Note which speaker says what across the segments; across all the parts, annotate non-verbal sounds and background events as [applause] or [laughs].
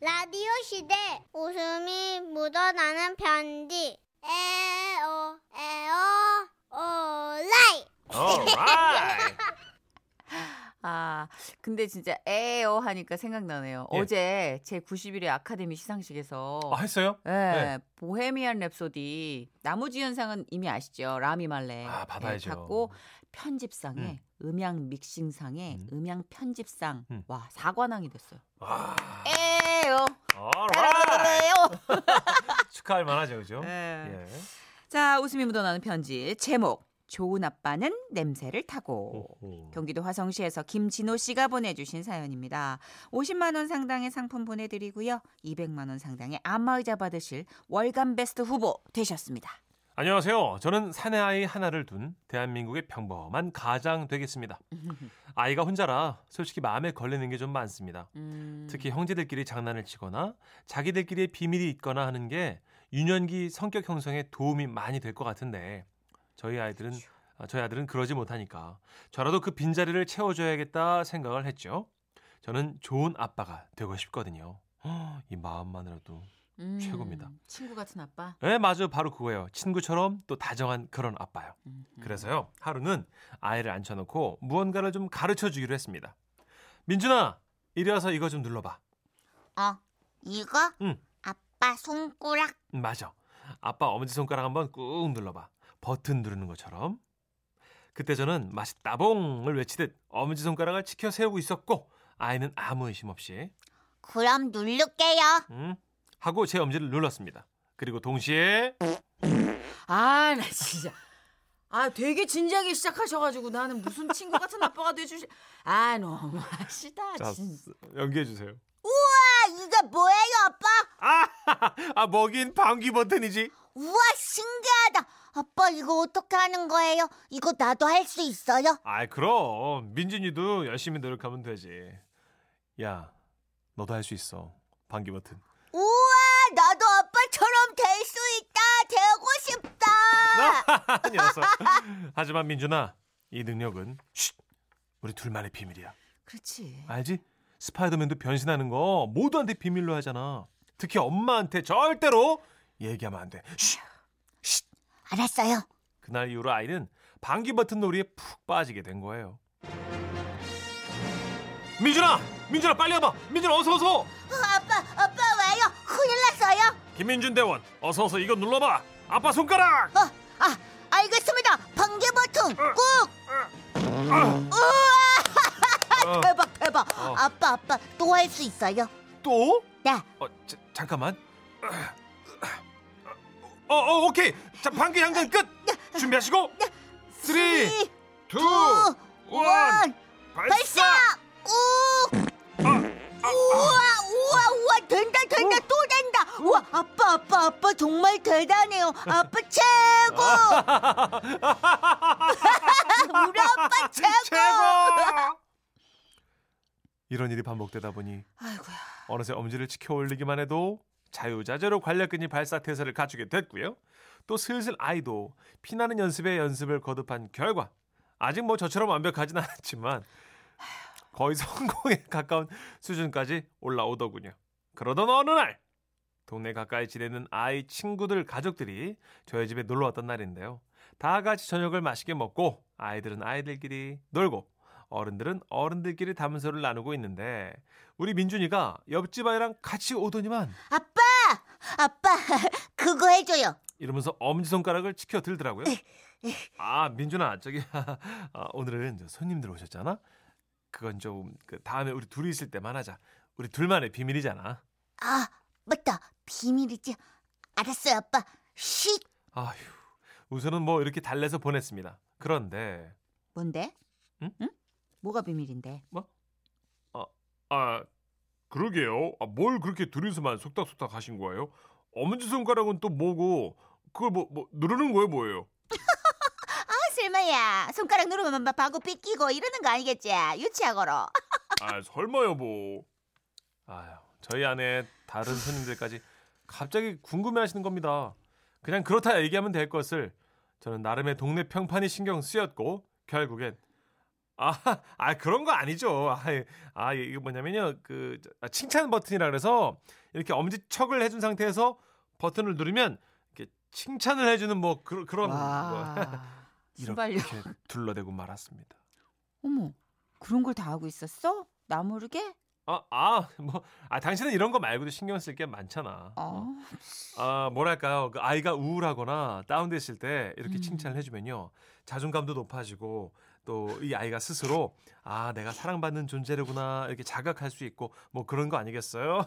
Speaker 1: 라디오 시대 웃음이 묻어나는 편지 에어 에어 오라이
Speaker 2: Alright.
Speaker 3: 아, 근데 진짜 에어 하니까 생각나네요.
Speaker 2: 예.
Speaker 3: 어제 제 91회 아카데미 시상식에서
Speaker 2: [laughs] 아, 했어요?
Speaker 3: 예, 보헤미안 랩소디 나무주연상은 이미 아시죠? 라미 말레
Speaker 2: 아, 받아야죠.
Speaker 3: 예, 받고 편집상에 음. 양 믹싱상에
Speaker 2: 음.
Speaker 3: 음. 양 편집상
Speaker 2: 음.
Speaker 3: 와 사관왕이 됐어요.
Speaker 2: 와.
Speaker 3: 에요.
Speaker 2: Alright. 축하할 만하죠, 그죠?
Speaker 3: 예.
Speaker 2: 예.
Speaker 3: 자 웃음이 묻어나는 편지 제목 좋은 아빠는 냄새를 타고.
Speaker 2: 오호.
Speaker 3: 경기도 화성시에서 김진호 씨가 보내주신 사연입니다. 50만 원 상당의 상품 보내드리고요. 200만 원 상당의 안마의자 받으실 월간 베스트 후보
Speaker 2: [laughs]
Speaker 3: 되셨습니다.
Speaker 2: 안녕하세요. 저는 사내 아이 하나를 둔 대한민국의 평범한 가장 되겠습니다. 아이가 혼자라 솔직히 마음에 걸리는 게 좀 많습니다.
Speaker 3: 음,
Speaker 2: 특히 형제들끼리 장난을 치거나 자기들끼리의 비밀이 있거나 하는 게 유년기 성격 형성에 도움이 많이 될 것 같은데 저희 아이들은 아, 저희 아들은 그러지 못하니까 저라도 그 빈자리를 채워줘야겠다 생각을 했죠. 저는 좋은 아빠가 되고 싶거든요. [gasps] 허, 이 마음만으로도
Speaker 3: 음,
Speaker 2: 최고입니다.
Speaker 3: 친구 같은 아빠.
Speaker 2: 네 맞아요 바로 그거예요 친구처럼 또 다정한 그런 아빠요
Speaker 3: 음, 음.
Speaker 2: 그래서요 하루는 아이를 앉혀놓고 무언가를 좀 가르쳐 주기로 했습니다 민준아 이리 와서 이거 좀 눌러봐
Speaker 1: 어 이거
Speaker 2: 응.
Speaker 1: 아빠 손가락
Speaker 2: 음, 맞아. 아빠 엄지손가락 한번 꾹 눌러봐. 버튼 누르는 것처럼. 그때 저는 맛있다봉을 외치듯 엄지손가락을 치켜 세우고 있었고 아이는 아무 의심 없이
Speaker 1: 그럼 누를게요
Speaker 2: 음 하고 제 엄지를 눌렀습니다. 그리고 동시에
Speaker 3: 아, 나 진짜. 아, 되게 진지하게 시작하셔가지고 나는 무슨 친구 같은 아빠가 돼주실. 아, 너무 하시다.
Speaker 2: 자,
Speaker 3: 진짜.
Speaker 2: 연기해 주세요. [laughs]
Speaker 1: 아 이게 뭐예요 아빠
Speaker 2: 아, 아 먹인 방귀 버튼이지.
Speaker 1: 우와 신기하다 아빠 이거 어떻게 하는 거예요 이거 나도 할 수 있어요
Speaker 2: 아 그럼 민준이도 열심히 노력하면 되지. 야 너도 할 수 있어. 방귀 버튼.
Speaker 1: 우와 나도 아빠처럼 될 수 있다 되고 싶다
Speaker 2: [laughs] 녀석. 하지만 민준아, 이 능력은 쉿, 우리 둘만의 비밀이야.
Speaker 3: 그렇지.
Speaker 2: 알지? 스파이더맨도 변신하는 거 모두한테 비밀로 하잖아. 특히 엄마한테 절대로 얘기하면 안 돼. 쉿.
Speaker 1: 알았어요
Speaker 2: 그날 이후로 아이는 방귀 버튼 놀이에 푹 빠지게 된 거예요. 민준아, 민준아 빨리 와봐. 민준아 어서 어서.
Speaker 1: 아빠 아빠 왜요 큰일 났어요
Speaker 2: 김민준 대원, 어서 어서 이거 눌러봐. 아빠 손가락.
Speaker 1: 어, 아 알겠습니다 번개 버튼 꾹
Speaker 2: 어,
Speaker 1: 아, 대박 대박
Speaker 2: 어.
Speaker 1: 아빠 아빠 또 할 수 있어요
Speaker 2: 또?
Speaker 1: 네
Speaker 2: 어, 자, 잠깐만. 어, 어, 오케이. 자, 방귀 향전 끝. 준비하시고. 3, 2, 1. 어,
Speaker 1: 어, 원
Speaker 2: 발사.
Speaker 1: 발사 꾹
Speaker 2: 어, 아,
Speaker 1: 우와 우와 우와 된다 된다 또 된다 우와 아빠 아빠 아빠 정말 대단해요 아빠
Speaker 2: [laughs]
Speaker 1: 최고
Speaker 2: 아.
Speaker 1: [laughs] 우리 아빠
Speaker 2: 최고. 이런 일이 반복되다 보니
Speaker 3: 아이고야.
Speaker 2: 어느새 엄지를 치켜 올리기만 해도 자유자재로 관략근이 발사 태세를 갖추게 됐고요. 또 슬슬 아이도 피나는 연습에 연습을 거듭한 결과 아직 뭐 저처럼 완벽하진 않았지만 거의 성공에 [laughs] 가까운 수준까지 올라오더군요. 그러던 어느 날 동네 가까이 지내는 아이 친구들 가족들이 저희 집에 놀러 왔던 날인데요. 다 같이 저녁을 맛있게 먹고 아이들은 아이들끼리 놀고 어른들은 어른들끼리 담소를 나누고 있는데 우리 민준이가 옆집 아이랑 같이 오더니만
Speaker 1: 아빠 아빠 [laughs] 그거 뭐 해줘요
Speaker 2: 이러면서 엄지손가락을 치켜 들더라고요. 아 민준아 저기 [laughs] 아, 오늘은 저 손님들 오셨잖아. 그건 좀그 다음에 우리 둘이 있을 때만 하자. 우리 둘만의 비밀이잖아.
Speaker 1: 아 맞다 비밀이지 알았어요 아빠 쉿
Speaker 2: 아휴 우선은 뭐 이렇게 달래서 보냈습니다. 그런데
Speaker 3: 뭔데?
Speaker 2: 응?
Speaker 3: 뭐가 비밀인데?
Speaker 2: 아 그러게요. 아, 뭘 그렇게 둘이서만 속닥속닥 하신 거예요? 엄지손가락은 또 뭐고 그걸 뭐, 뭐 누르는 거예요 뭐예요?
Speaker 1: 아 설마야 손가락 누르면 막 방구 삐끼고 이러는 거 아니겠지 유치하고로
Speaker 2: 아 설마 여보. 아유 저희 안에 다른 손님들까지 갑자기 궁금해하시는 겁니다. 그냥 그렇다 얘기하면 될 것을 저는 나름의 동네 평판이 신경 쓰였고 결국엔 아, 아 그런 거 아니죠. 아, 예. 아 예, 이거 뭐냐면요. 그 저, 아, 칭찬 버튼이라 그래서 이렇게 엄지척을 해준 상태에서 버튼을 누르면 이렇게 칭찬을 해주는 뭐 그, 그런 거.
Speaker 3: 와. 순발력.
Speaker 2: [laughs] 이렇게 둘러대고 말았습니다.
Speaker 3: 어머, 그런 걸 다 하고 있었어? 나 모르게?
Speaker 2: 아, [laughs] 아, 뭐, 아, 당신은 이런 거 말고도 신경 쓸 게 많잖아.
Speaker 3: 어.
Speaker 2: 아, 뭐랄까요. 그 아이가 우울하거나 다운됐을 때 이렇게
Speaker 3: 음.
Speaker 2: 칭찬을 해주면요. 자존감도 높아지고 또 이 아이가 스스로 아, 내가 사랑받는 존재로구나 이렇게 자각할 수 있고 뭐 그런 거 아니겠어요?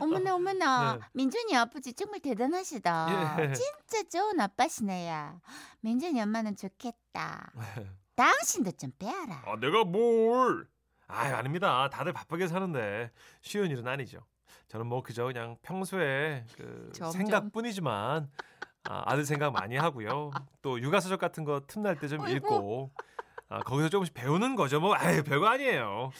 Speaker 3: 어머나 어머나
Speaker 2: 네.
Speaker 3: 민준이 아버지 정말 대단하시다.
Speaker 2: 예.
Speaker 3: 진짜 좋은 아빠시네요. 민준이 엄마는 좋겠다.
Speaker 2: 네.
Speaker 3: 당신도 좀 빼라.
Speaker 2: 아, 내가 뭘? 아, 아닙니다. 다들 바쁘게 사는데 쉬운 일은 아니죠. 저는 뭐 그저 그냥 평소에 그
Speaker 3: 점점.
Speaker 2: 생각뿐이지만 아, 아들 생각 많이 하고요. 또 육아서적 같은 거 틈날 때 좀
Speaker 3: 어이구.
Speaker 2: 읽고 아, 거기서 조금씩 배우는 거죠. 뭐 아유, 별거 아니에요.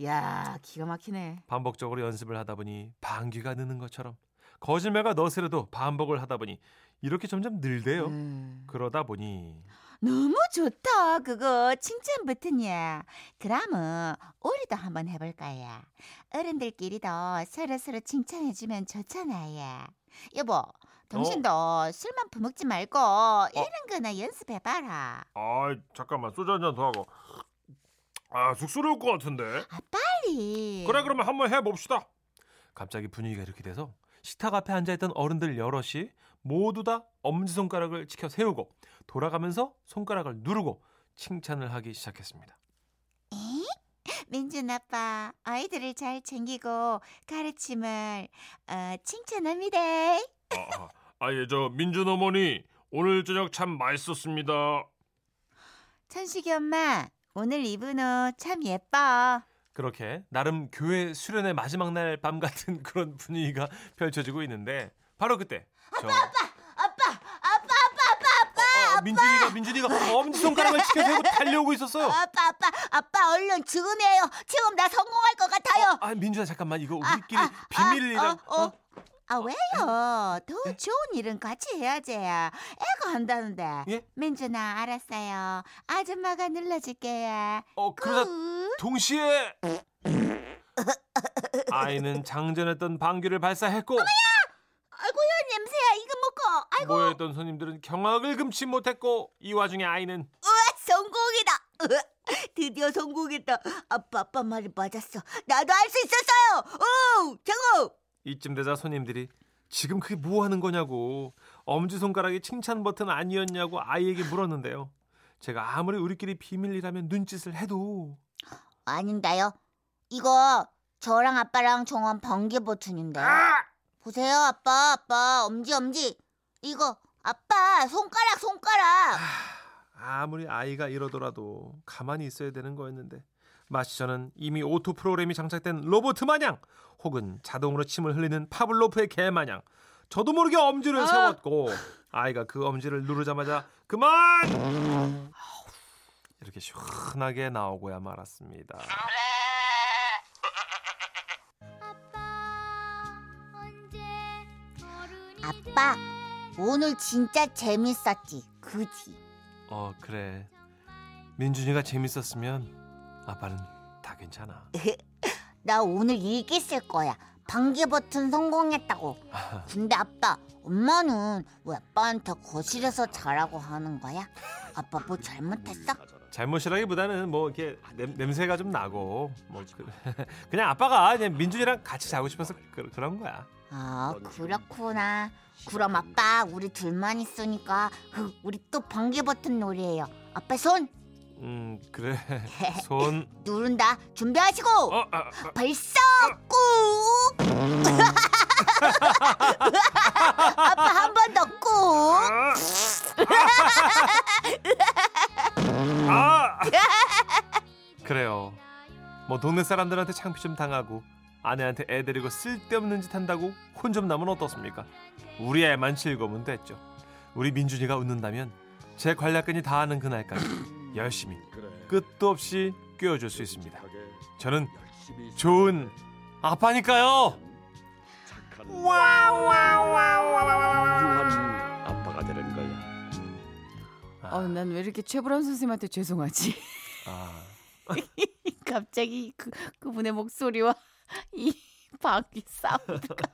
Speaker 2: 어.
Speaker 3: 야 기가 막히네.
Speaker 2: 반복적으로 연습을 하다 보니 방귀가 느는 것처럼 거짓말과 너스레도 반복을 하다 보니 이렇게 점점 늘대요.
Speaker 3: 음.
Speaker 2: 그러다 보니
Speaker 3: 너무 좋다 그거 칭찬 버튼이야. 그러면 우리도 한번 해볼까요? 어른들끼리도 서로 서로 칭찬해주면 좋잖아요. 여보
Speaker 2: 어?
Speaker 3: 당신도 술만 퍼먹지 말고 이런 거나 연습해봐라.
Speaker 2: 아 잠깐만 소주 한 잔 더 하고 아 쑥스러울 것 같은데
Speaker 3: 빨리.
Speaker 2: 그러면 한번 해봅시다 갑자기 분위기가 이렇게 돼서 식탁 앞에 앉아있던 어른들 여럿이 모두 다 엄지손가락을 치켜 세우고 돌아가면서 손가락을 누르고 칭찬을 하기 시작했습니다
Speaker 3: 민준 아빠 아이들을 잘 챙기고 가르침을 어, 칭찬합니다.
Speaker 2: 아예 저 민준 어머니 오늘 저녁 참 맛있었습니다
Speaker 3: 천식이 엄마 오늘 입은 옷 참 예뻐.
Speaker 2: 그렇게 나름 교회 수련의 마지막 날 밤 같은 [laughs] 그런 분위기가 펼쳐지고 있는데 바로 그때 아빠 아빠
Speaker 1: 아빠, 아빠, 아빠, 아빠,
Speaker 2: 어, 민준이가 민준이가 엄지 손가락을 치켜 세고 달려오고 있었어요.
Speaker 1: 아빠, 아빠, 아빠, 얼른 지금이에요. 지금 나 성공할 것 같아요.
Speaker 2: 아 민준아 잠깐만 이거 우리끼리 비밀이랑
Speaker 3: 아, 어, 어.
Speaker 2: 어?
Speaker 3: 아
Speaker 1: 어?
Speaker 3: 왜요?
Speaker 1: 예?
Speaker 3: 더 좋은 일은 같이 해야지. 애가 한다는데.
Speaker 2: 예?
Speaker 3: 민준아 알았어요. 아줌마가 눌러줄게요.
Speaker 2: 어, 그러다
Speaker 1: 음,
Speaker 3: 꾹.
Speaker 2: 동시에 아이는 장전했던 방귀를 발사했고
Speaker 1: 아이고야, 냄새야. 이거 먹고. 아이고,
Speaker 2: 모여있던 손님들은 경악을 금치 못했고 이 와중에 아이는
Speaker 1: 으아, 성공이다. 으아, 드디어 성공했다. 아빠, 아빠 말이 맞았어. 나도 할 수 있었어요. 오, 최고.
Speaker 2: 이쯤 되자 손님들이 지금 그게 뭐 하는 거냐고 엄지손가락이 칭찬 버튼 아니었냐고 아이에게 물었는데요. 제가 아무리 우리끼리 비밀이라면 눈짓을 해도
Speaker 1: 아닌데요. 이거 저랑 아빠랑 정한 번개 버튼인데. 보세요, 아빠, 아빠, 엄지, 엄지. 이거 아빠 손가락, 손가락.
Speaker 2: 아무리 아이가 이러더라도 가만히 있어야 되는 거였는데 마치 저는 이미 오토 프로그램이 장착된 로봇 마냥 혹은 자동으로 침을 흘리는 파블로프의 개 마냥 저도 모르게 엄지를 세웠고 아이가 그 엄지를 누르자마자 그만 이렇게 시원하게 나오고야 말았습니다.
Speaker 1: 아빠, 오늘 진짜 재밌었지, 그지?
Speaker 2: 어 그래 민준이가 재밌었으면 아빠는 다 괜찮아.
Speaker 1: 나 오늘 일기 쓸 거야. 방개 버튼 성공했다고. 근데 아빠, 엄마는 왜 아빠한테 거실에서 자라고 하는 거야? 아빠 뭐 잘못했어?
Speaker 2: 잘못이라기보다는 뭐 이렇게 냄, 냄새가 좀 나고 뭐 그, [laughs] 냥 아빠가 그냥 민준이랑 같이 자고 싶어서 그, 런 거야.
Speaker 1: 아, 그렇구나. 그럼 아빠, 우리 둘만 있으니까 그, 우리 또 방개 버튼 놀이해요. 아빠 손
Speaker 2: 음 그래 손
Speaker 1: 누른다. 준비하시고
Speaker 2: 어, 아, 아,
Speaker 1: 발사 꾹. [laughs] 아빠 한 번 더 꾹.
Speaker 2: 아. 아. [laughs] 그래요. 뭐 동네 사람들한테 창피 좀 당하고 아내한테 애 데리고 쓸데없는 짓 한다고 혼 좀 나면 어떻습니까? 우리 애만 즐거우면 됐죠. 우리 민준이가 웃는다면 제 관략근이 다 하는 그날까지 열심히 끝도 없이 꿰어줄 수 있습니다. 저는 좋은 아빠니까요.
Speaker 4: 훌륭한 아빠가 되는 거야.
Speaker 2: 아.
Speaker 5: 어, 난 왜 이렇게 최불암 선생님한테 죄송하지?
Speaker 2: 아,
Speaker 3: [laughs] 갑자기 그, 그분의 목소리와 [laughs] 이 바퀴 사운드가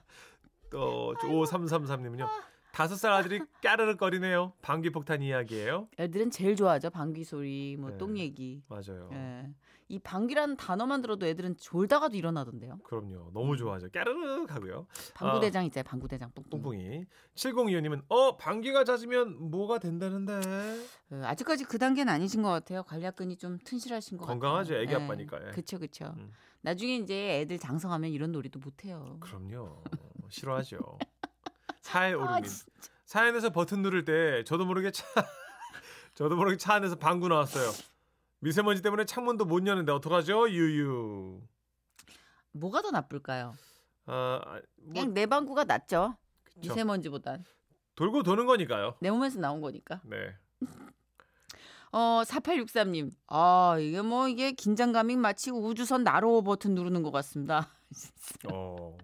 Speaker 2: 또 5333님은요. 다섯 살 아들이 까르르 거리네요. 방귀폭탄 이야기예요.
Speaker 3: 애들은 제일 좋아하죠 방귀 소리
Speaker 2: 네. 어.
Speaker 3: 뭐 똥 얘기
Speaker 2: 맞아요.
Speaker 3: 예. 이 방귀라는 단어만 들어도 애들은 졸다가도 일어나던데요
Speaker 2: 그럼요. 너무 좋아하죠. 까르르 하고요.
Speaker 3: 방구대장 있잖아요 방구대장 뿡뿡
Speaker 2: 똥뿡이. 7025님은 어 방귀가 잦으면 뭐가 된다는데
Speaker 3: 예, 아직까지 그 단계는 아니신 것 같아요 관략근이 좀 튼실하신 것
Speaker 2: 건강하죠,
Speaker 3: 같아요
Speaker 2: 애기 아빠니까, 예.
Speaker 3: 그쵸 그쵸
Speaker 2: 음.
Speaker 3: 나중에 이제 애들 장성하면 이런 놀이도 못해요
Speaker 2: 그렇죠, 그럼요. 싫어하죠. 사일
Speaker 3: 아,
Speaker 2: 오름님.
Speaker 3: 진-
Speaker 2: 사연에서 버튼 누를 때 저도 모르게 차 저도 모르게 차 안에서 방구 나왔어요. 미세먼지 때문에 창문도 못 여는데 어떡하죠? 유유.
Speaker 3: 뭐가 더 나쁠까요
Speaker 2: 아, 아, 뭐
Speaker 3: 그냥 내 방구가 낫죠
Speaker 2: 그쵸.
Speaker 3: 미세먼지보단
Speaker 2: 돌고 도는 거니까요.
Speaker 3: 내 몸에서 나온 거니까
Speaker 2: 네.
Speaker 3: 어, 4863님. 아, 이게 뭐 이게 긴장감이 마치 우주선 나로 버튼 누르는 것 같습니다. [laughs]
Speaker 2: 어.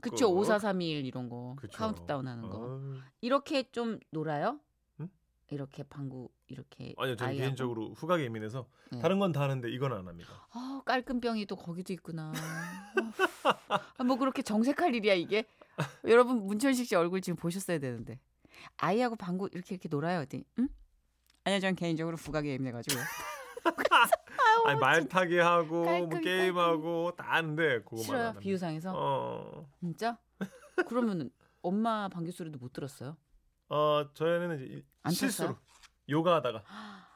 Speaker 3: 그쵸,
Speaker 2: 꾹.
Speaker 3: 5431 이런 거.
Speaker 2: 그쵸.
Speaker 3: 카운트다운 하는 거.
Speaker 2: 어.
Speaker 3: 이렇게 좀 놀아요?
Speaker 2: 응?
Speaker 3: 이렇게 방구 이렇게
Speaker 2: 아니요, 저는
Speaker 3: 아이하고.
Speaker 2: 개인적으로 후각 예민해서
Speaker 3: 네.
Speaker 2: 다른 건 다 하는데 이건 안 합니다.
Speaker 3: 아, 깔끔병이 또 거기도 있구나. 아, 뭐 그렇게 정색할 일이야, 이게. 여러분 문천식 씨 얼굴 지금 보셨어야 되는데. 아이하고 방구 이렇게 이렇게 놀아요. 어디? 응? 아니요, 저는 개인적으로 부각에 예민해 가지고.
Speaker 2: 아니 말 타기 하고 뭐
Speaker 3: 깔끔,
Speaker 2: 게임하고 다 하는데 그거만 안
Speaker 3: 싫어요.
Speaker 2: 합니다.
Speaker 3: 비유상에서.
Speaker 2: 어.
Speaker 3: 진짜? 그러면 엄마 방귀 소리도 못 들었어요?
Speaker 2: 어, 저희는 이제 이-
Speaker 3: 안
Speaker 2: 실수로
Speaker 3: 쳤어요? 아,
Speaker 2: 요가하다가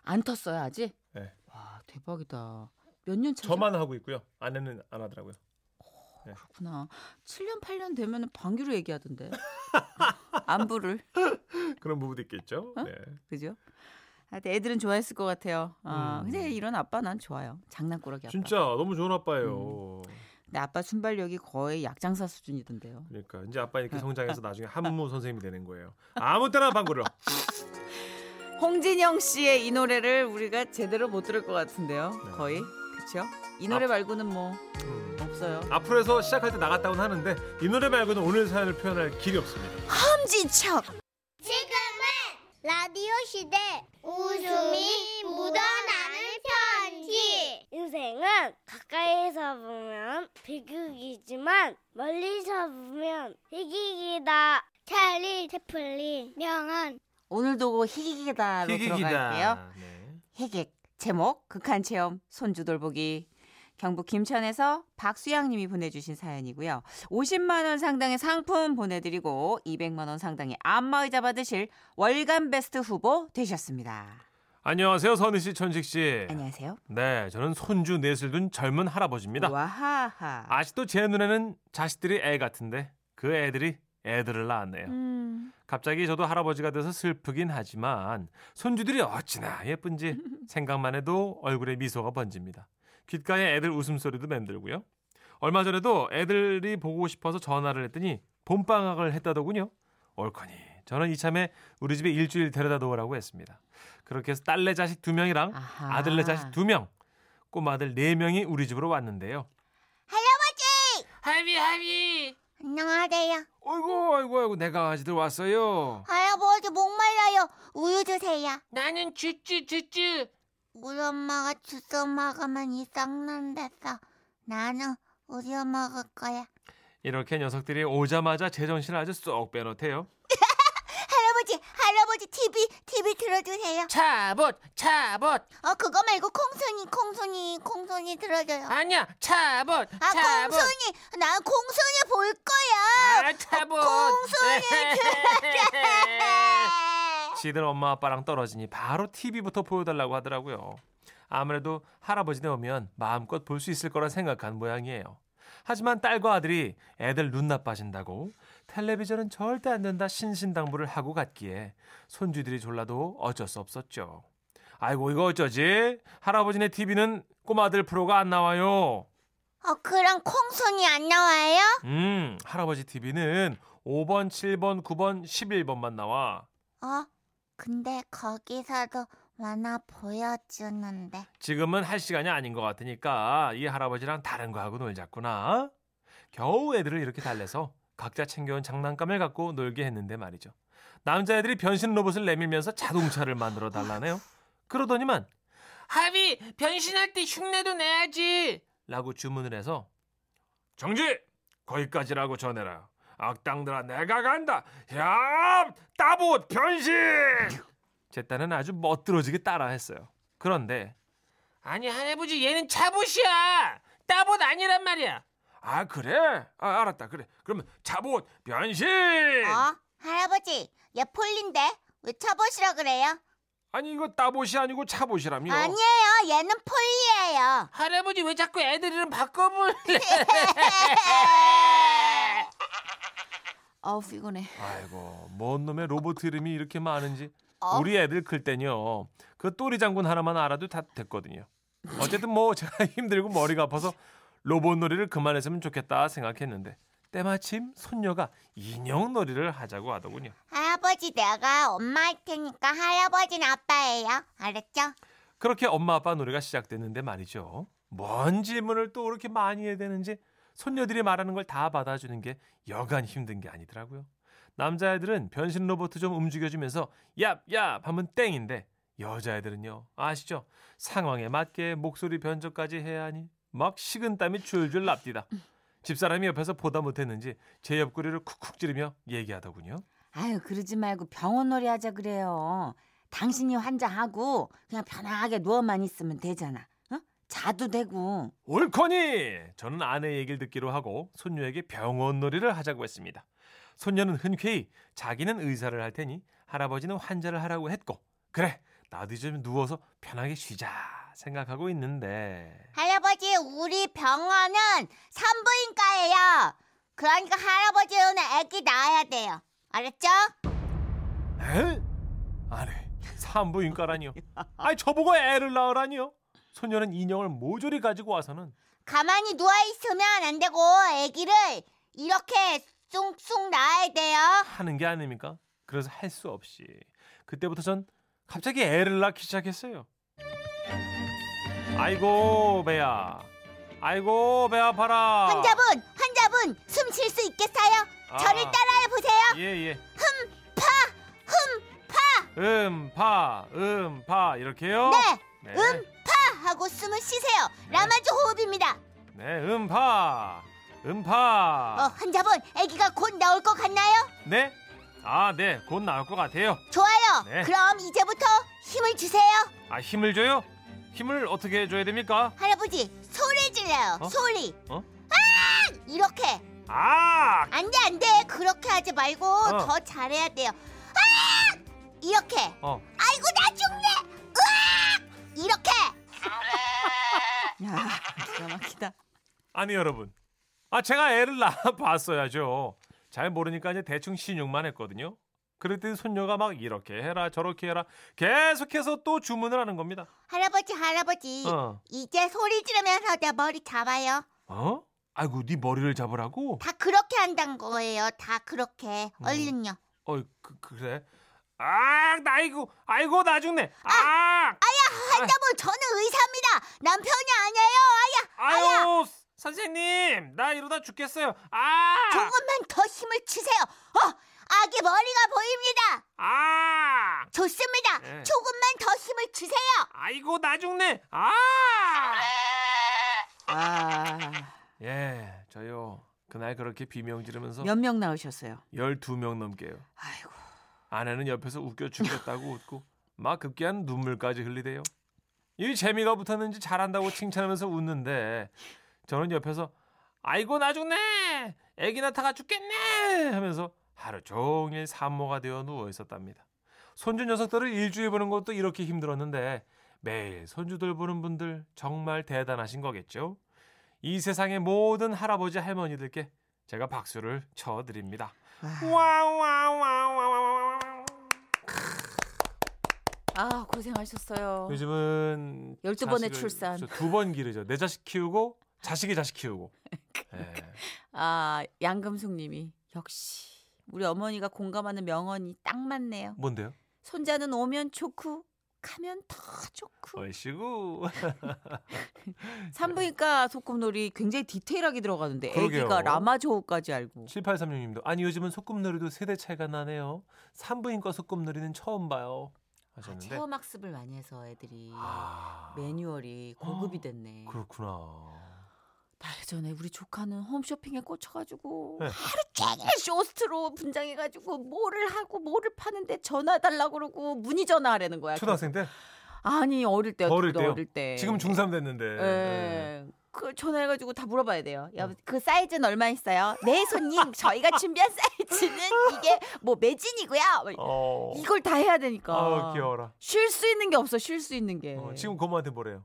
Speaker 3: 안 텄어요 아직?
Speaker 2: 네.
Speaker 3: 와 대박이다. 몇 년 차죠?
Speaker 2: 저만 하고 있고요. 아내는 안 하더라고요.
Speaker 3: 그렇구나. 7년 8년 되면 방귀로 얘기하던데. [laughs] 안부를
Speaker 2: 그런 부부도 있겠죠.
Speaker 3: 어?
Speaker 2: 네.
Speaker 3: 그죠? 하여튼 애들은 좋아했을 것 같아요. 아,
Speaker 2: 음.
Speaker 3: 근데 이런 아빠 난 좋아요. 장난꾸러기 아빠. 음.
Speaker 2: 진짜 너무 좋은 아빠예요.
Speaker 3: 근데 아빠 순발력이 거의 약장사 수준이던데요.
Speaker 2: 그러니까 이제 아빠 이렇게 성장해서 나중에 한무 선생님이 되는 거예요. 아무 때나
Speaker 3: [laughs]
Speaker 2: 방구를.
Speaker 3: 홍진영 씨의 이 노래를 우리가 제대로 못 들을 것 같은데요.
Speaker 2: 네.
Speaker 3: 거의 그렇죠? 이 노래
Speaker 2: 아.
Speaker 3: 말고는 뭐
Speaker 2: 음.
Speaker 3: 없어요.
Speaker 2: 앞으로에서 시작할 때 나갔다고는 하는데 이 노래 말고는 오늘 사연을 표현할 길이 없습니다.
Speaker 3: 홍진척.
Speaker 4: 지금은 라디오 시대 웃음이 묻어나는 편지
Speaker 5: 인생은 가까이서 보면 비극이지만 멀리서 보면 희극이다.
Speaker 4: 찰리 채플린 명언
Speaker 3: 오늘도 희귀기다로 아, 뭐 들어갈게요.
Speaker 2: 네.
Speaker 1: 희객
Speaker 3: 제목 극한 체험 손주 돌보기 경북 김천에서 박수양 님이 보내주신 사연이고요. 50만 원 상당의 상품 보내드리고 200만 원 상당의 안마의자 받으실 월간 베스트 후보 되셨습니다.
Speaker 2: 안녕하세요, 선희 씨, 천식 씨.
Speaker 3: 안녕하세요.
Speaker 2: 네, 저는 손주 넷을 둔 젊은 할아버지입니다.
Speaker 3: 와하하.
Speaker 2: 아직도 제 눈에는 자식들이 애 같은데 그 애들이 애들을 낳았네요.
Speaker 3: 음,
Speaker 2: 갑자기 저도 할아버지가 돼서 슬프긴 하지만 손주들이 어찌나 예쁜지
Speaker 3: [laughs]
Speaker 2: 생각만 해도 얼굴에 미소가 번집니다. 귓가에 애들 웃음소리도 맴돌고요. 얼마 전에도 애들이 보고 싶어서 전화를 했더니 봄방학을 했다더군요. 옳거니 저는 이참에 우리 집에 일주일 데려다 놓으라고 했습니다. 그렇게 해서 딸내 자식 두 명이랑
Speaker 3: 아하.
Speaker 2: 아들네 자식 두 명, 꼬마들 네 명이 우리 집으로 왔는데요.
Speaker 1: 안녕하세요.
Speaker 2: 아이고 아이고 아이고 내 강아지들 왔어요.
Speaker 1: 할아버지 목말라요. 우유 주세요.
Speaker 6: 나는 쥐쥐 쥐쥐
Speaker 1: 우리 엄마가 주스 먹으면 이 썩는댔어. 나는 우유 먹을 거야.
Speaker 2: 이렇게 녀석들이 오자마자 제정신을 아주 쏙 빼놓대요.
Speaker 1: 할아버지, 할아버지 TV, TV 틀어주세요.
Speaker 6: 차봇 차봇
Speaker 1: 어, 그거 말고 콩순이, 콩순이, 콩순이 틀어줘요.
Speaker 6: 아니야 차봇
Speaker 1: 아,
Speaker 6: 차봇
Speaker 1: 콩순이, 난 콩순이 볼 거야. 어,
Speaker 6: 아 차봇
Speaker 5: 아.
Speaker 2: 지들 엄마 아빠랑 떨어지니 바로 TV부터 보여달라고 하더라고요. 아무래도 할아버지네 오면 마음껏 볼 수 있을 거라 생각한 모양이에요. 하지만 딸과 아들이 애들 눈 나빠진다고 텔레비전은 절대 안 된다 신신당부를 하고 갔기에 손주들이 졸라도 어쩔 수 없었죠. 아이고 이거 어쩌지? 할아버지네 TV는 꼬마들 프로가 안 나와요.
Speaker 1: 어, 그럼 콩순이 안 나와요?
Speaker 2: 음, 할아버지 TV는 5번, 7번, 9번, 11번만 나와.
Speaker 1: 어, 근데 거기서도 만화 보여주는데.
Speaker 2: 지금은 할 시간이 아닌 것 같으니까 이 할아버지랑 다른 거 하고 놀자꾸나. 겨우 애들을 이렇게 달래서 각자 챙겨온 장난감을 갖고 놀게 했는데 말이죠. 남자애들이 변신 로봇을 내밀면서 자동차를 만들어 달라네요. 그러더니만
Speaker 6: 하비 변신할 때 흉내도 내야지.
Speaker 2: 라고 주문을 해서 정지 거기까지라고 전해라 악당들아 내가 간다 야 따봇 변신 제 딴은 아주 멋들어지게 따라했어요 그런데
Speaker 6: 아니 할아버지 얘는 차봇이야. 따봇 아니란 말이야.
Speaker 2: 아 그래 아, 알았다 그래 그러면 차봇 변신
Speaker 6: 네. 아,
Speaker 1: 어? 할아버지, 얘 폴린데 왜 차봇이라 그래요?
Speaker 2: 아니 이거 따봇이 아니고 차봇이라며
Speaker 1: 아니에요, 얘는 폴리예요.
Speaker 6: 할아버지 왜 자꾸 애들 이름 바꿔볼래?
Speaker 3: 아우 피곤해.
Speaker 2: 아이고 뭔 놈의 로봇 이름이 이렇게 많은지
Speaker 1: 어?
Speaker 2: 우리 애들 클 때는요 그 또리 장군 하나만 알아도 다 됐거든요 어쨌든 뭐 제가 [laughs] 힘들고 머리가 아파서 로봇 놀이를 그만했으면 좋겠다 생각했는데 때마침 손녀가 인형 놀이를 하자고 하더군요
Speaker 1: 할아버지, 내가 엄마 할 테니까 할아버지는 아빠예요. 알았죠?
Speaker 2: 그렇게 엄마 아빠 놀이가 시작됐는데 말이죠 뭔 질문을 또 그렇게 많이 해야 되는지 손녀들이 말하는 걸 다 받아주는 게 여간 힘든 게 아니더라고요 남자애들은 변신 로봇 좀 움직여주면서 얍얍 하면 땡인데 여자애들은요 아시죠 상황에 맞게 목소리 변조까지 해야 하니 막 식은땀이 줄줄 납디다 집사람이 옆에서 보다 못했는지 제 옆구리를 쿡쿡 찌르며 얘기하더군요
Speaker 3: 아유 그러지 말고 병원 놀이 하자 그래요. 당신이 환자하고 그냥 편하게 누워만 있으면 되잖아. 어? 자도 되고.
Speaker 2: 옳거니 저는 아내 얘기를 듣기로 하고 손녀에게 병원 놀이를 하자고 했습니다. 손녀는 흔쾌히 자기는 의사를 할 테니 할아버지는 환자를 하라고 했고 그래 나도 이제 좀 누워서 편하게 쉬자 생각하고 있는데
Speaker 1: 할아버지, 우리 병원은 산부인과예요. 그러니까 할아버지는 아기 낳아야 돼요. 알았죠?
Speaker 2: 에? 아내 산부인과라니요? 아니 저보고 애를 낳으라니요? 손녀는 인형을 모조리 가지고 와서는
Speaker 1: 가만히 누워 있으면 안 되고 아기를 이렇게 쑥쑥 낳아야 돼요.
Speaker 2: 하는 게 아닙니까? 그래서 할 수 없이 그때부터 전 갑자기 애를 낳기 시작했어요. 아이고 배야, 아이고 배 아파라.
Speaker 1: 환자분, 환자분, 숨 쉴 수 있겠어요?
Speaker 2: 아.
Speaker 1: 저를 따라해 보세요.
Speaker 2: 예예. 음파, 음파, 음파 이렇게요.
Speaker 1: 네,
Speaker 2: 네,
Speaker 1: 음파 하고 숨을 쉬세요. 라마주 호흡입니다.
Speaker 2: 네, 음파, 음파.
Speaker 1: 어, 환자분, 아기가 곧 나올 것 같나요?
Speaker 2: 네, 아 네, 곧 나올 것 같아요.
Speaker 1: 좋아요.
Speaker 2: 네.
Speaker 1: 그럼 이제부터 힘을 주세요.
Speaker 2: 아 힘을 줘요? 힘을 어떻게 줘야 됩니까?
Speaker 1: 할아버지, 소리 질러요.
Speaker 2: 어?
Speaker 1: 소리.
Speaker 2: 어?
Speaker 1: 아! 이렇게.
Speaker 2: 아,
Speaker 1: 안 돼, 안 돼. 그렇게 하지 말고
Speaker 2: 어.
Speaker 1: 더 잘해야 돼요. 아! 이렇게.
Speaker 2: 어,
Speaker 1: 아이고, 나 죽네. 으악! 이렇게.
Speaker 3: 야 기가 막히다.
Speaker 2: 아니 여러분, 아 제가 애를 낳아봤어야죠. 잘 모르니까 이제 대충 신용만 했거든요. 그랬더니 손녀가 막 이렇게 해라 저렇게 해라 계속해서 또 주문을 하는 겁니다.
Speaker 1: 할아버지 할아버지
Speaker 2: 어?
Speaker 1: 이제 소리 지르면서 내 머리 잡아요
Speaker 2: 어? 아이고 네 머리를 잡으라고?
Speaker 1: 다 그렇게 한단 거예요 다 그렇게
Speaker 2: 음.
Speaker 1: 얼른요
Speaker 2: 어, 그, 그래? 아, 나 이거, 아이고 나 죽네. 아,
Speaker 1: 환자분 뭐 저는 의사입니다 남편이 아니에요 아야
Speaker 2: 아유 선생님, 나 이러다 죽겠어요. 아,
Speaker 1: 조금만 더 힘을 치세요 어 아기 머리가 보입니다
Speaker 2: 아,
Speaker 1: 좋습니다
Speaker 2: 네.
Speaker 1: 조금만 더 힘을 주세요
Speaker 2: 아이고 나 죽네. 아.
Speaker 3: 아,
Speaker 2: 예, 저요. 그날 그렇게 비명 지르면서
Speaker 3: 몇 명 나오셨어요?
Speaker 2: 12명 넘게요.
Speaker 3: 아이고.
Speaker 2: 아내는 옆에서 웃겨
Speaker 3: [laughs]
Speaker 2: 죽겠다고 웃고 막 급기한 눈물까지 흘리대요. 이 재미가 붙었는지 잘한다고 칭찬하면서 웃는데 저는 옆에서 아이고 나 죽네. 애기 나타가 죽겠네 하면서 하루 종일 산모가 되어 누워 있었답니다. 손주 녀석들을 일주일 보는 것도 이렇게 힘들었는데 매일 손주들 보는 분들 정말 대단하신 거겠죠? 이 세상의 모든 할아버지 할머니들께 제가 박수를 쳐드립니다. 와와와와와와
Speaker 3: 아 고생하셨어요.
Speaker 2: 요즘은
Speaker 3: 열두 번의
Speaker 2: 자식을
Speaker 3: 출산.
Speaker 2: 두 번 기르죠. 내 자식 키우고 자식이 자식 키우고. 예.
Speaker 3: 아 양금숙님이 역시 우리 어머니가 공감하는 명언이 딱 맞네요.
Speaker 2: 뭔데요?
Speaker 3: 손자는 오면 좋고 가면 더 좋고.
Speaker 2: 얼씨구.
Speaker 3: 산부인과 소꿉놀이 굉장히 디테일하게 들어가는데
Speaker 2: 네. 그러게요. 아,
Speaker 3: 아기가 라마조우까지 알고.
Speaker 2: 7836님도 아니 요즘은 소꿉놀이도 세대 차이가 나네요. 산부인과 소꿉놀이는 처음 봐요.
Speaker 3: 아,
Speaker 2: 하셨는데
Speaker 3: 체험 학습을 많이 해서 애들이
Speaker 2: 아,
Speaker 3: 매뉴얼이 고급이 됐네.
Speaker 2: 그렇구나.
Speaker 3: 나 예전에 우리 조카는 홈쇼핑에 꽂혀가지고
Speaker 2: 네.
Speaker 3: 하루 종일 쇼스트로 분장해가지고 뭐를 하고 뭐를 파는데 전화 달라고 그러고 문의 전화하라는 거야.
Speaker 2: 초등학생 때
Speaker 3: 아니 어릴 때요.
Speaker 2: 어릴
Speaker 3: 저도
Speaker 2: 때요?
Speaker 3: 어릴 때.
Speaker 2: 지금 중3 됐는데. 네.
Speaker 3: 예. 그 전화해가지고 다 물어봐야 돼요.
Speaker 2: 음.
Speaker 3: 야, 그 사이즈는 얼마 있어요? 네
Speaker 2: [laughs]
Speaker 3: 손님, 저희가 준비한 사이즈는 이게 뭐 매진이고요.
Speaker 2: 어.
Speaker 3: 이걸 다 해야 되니까.
Speaker 2: 아 귀여워라.
Speaker 3: 쉴 수 있는 게 없어. 쉴 수 있는 게.
Speaker 2: 어, 지금 고모한테 뭐래요?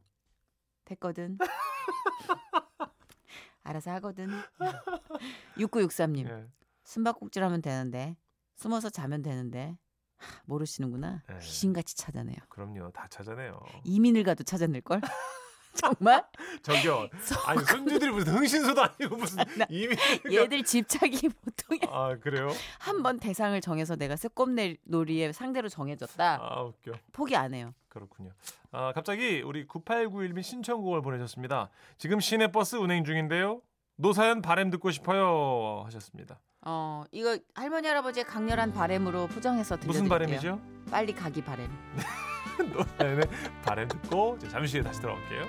Speaker 3: 됐거든. [laughs] 알아서
Speaker 2: [laughs]
Speaker 3: 하거든. 6963님.
Speaker 2: 예.
Speaker 3: 숨바꼭질 하면 되는데. 숨어서 자면 되는데. 하, 모르시는구나.
Speaker 2: 네.
Speaker 3: 귀신같이 찾아내요.
Speaker 2: 그럼요, 다 찾아내요.
Speaker 3: 이민을 가도 찾아낼 걸? [laughs] 정말?
Speaker 2: 저기요, [laughs] 아니 그러니까 손주들이 무슨 흥신소도 아니고 무슨 이미.
Speaker 3: 얘들 집착이 [laughs] 보통이
Speaker 2: 아 그래요?
Speaker 3: 한 번 대상을 정해서 내가 새꼼내 놀이의 상대로 정해졌다.
Speaker 2: 아 웃겨.
Speaker 3: 포기 안 해요.
Speaker 2: 그렇군요. 아, 갑자기 우리 9891님 신청곡을 보내셨습니다. 지금 시내버스 운행 중인데요. 노사연 바램 듣고 싶어요 하셨습니다.
Speaker 3: 어, 이거 할머니 할아버지의 강렬한 바램으로 포장해서 들려드릴게요.
Speaker 2: 음. 무슨 바램이죠?
Speaker 3: 빨리 가기 바램.
Speaker 2: [laughs] 네, 노사연의 바램 듣고 이제 잠시 후에 다시 돌아올게요.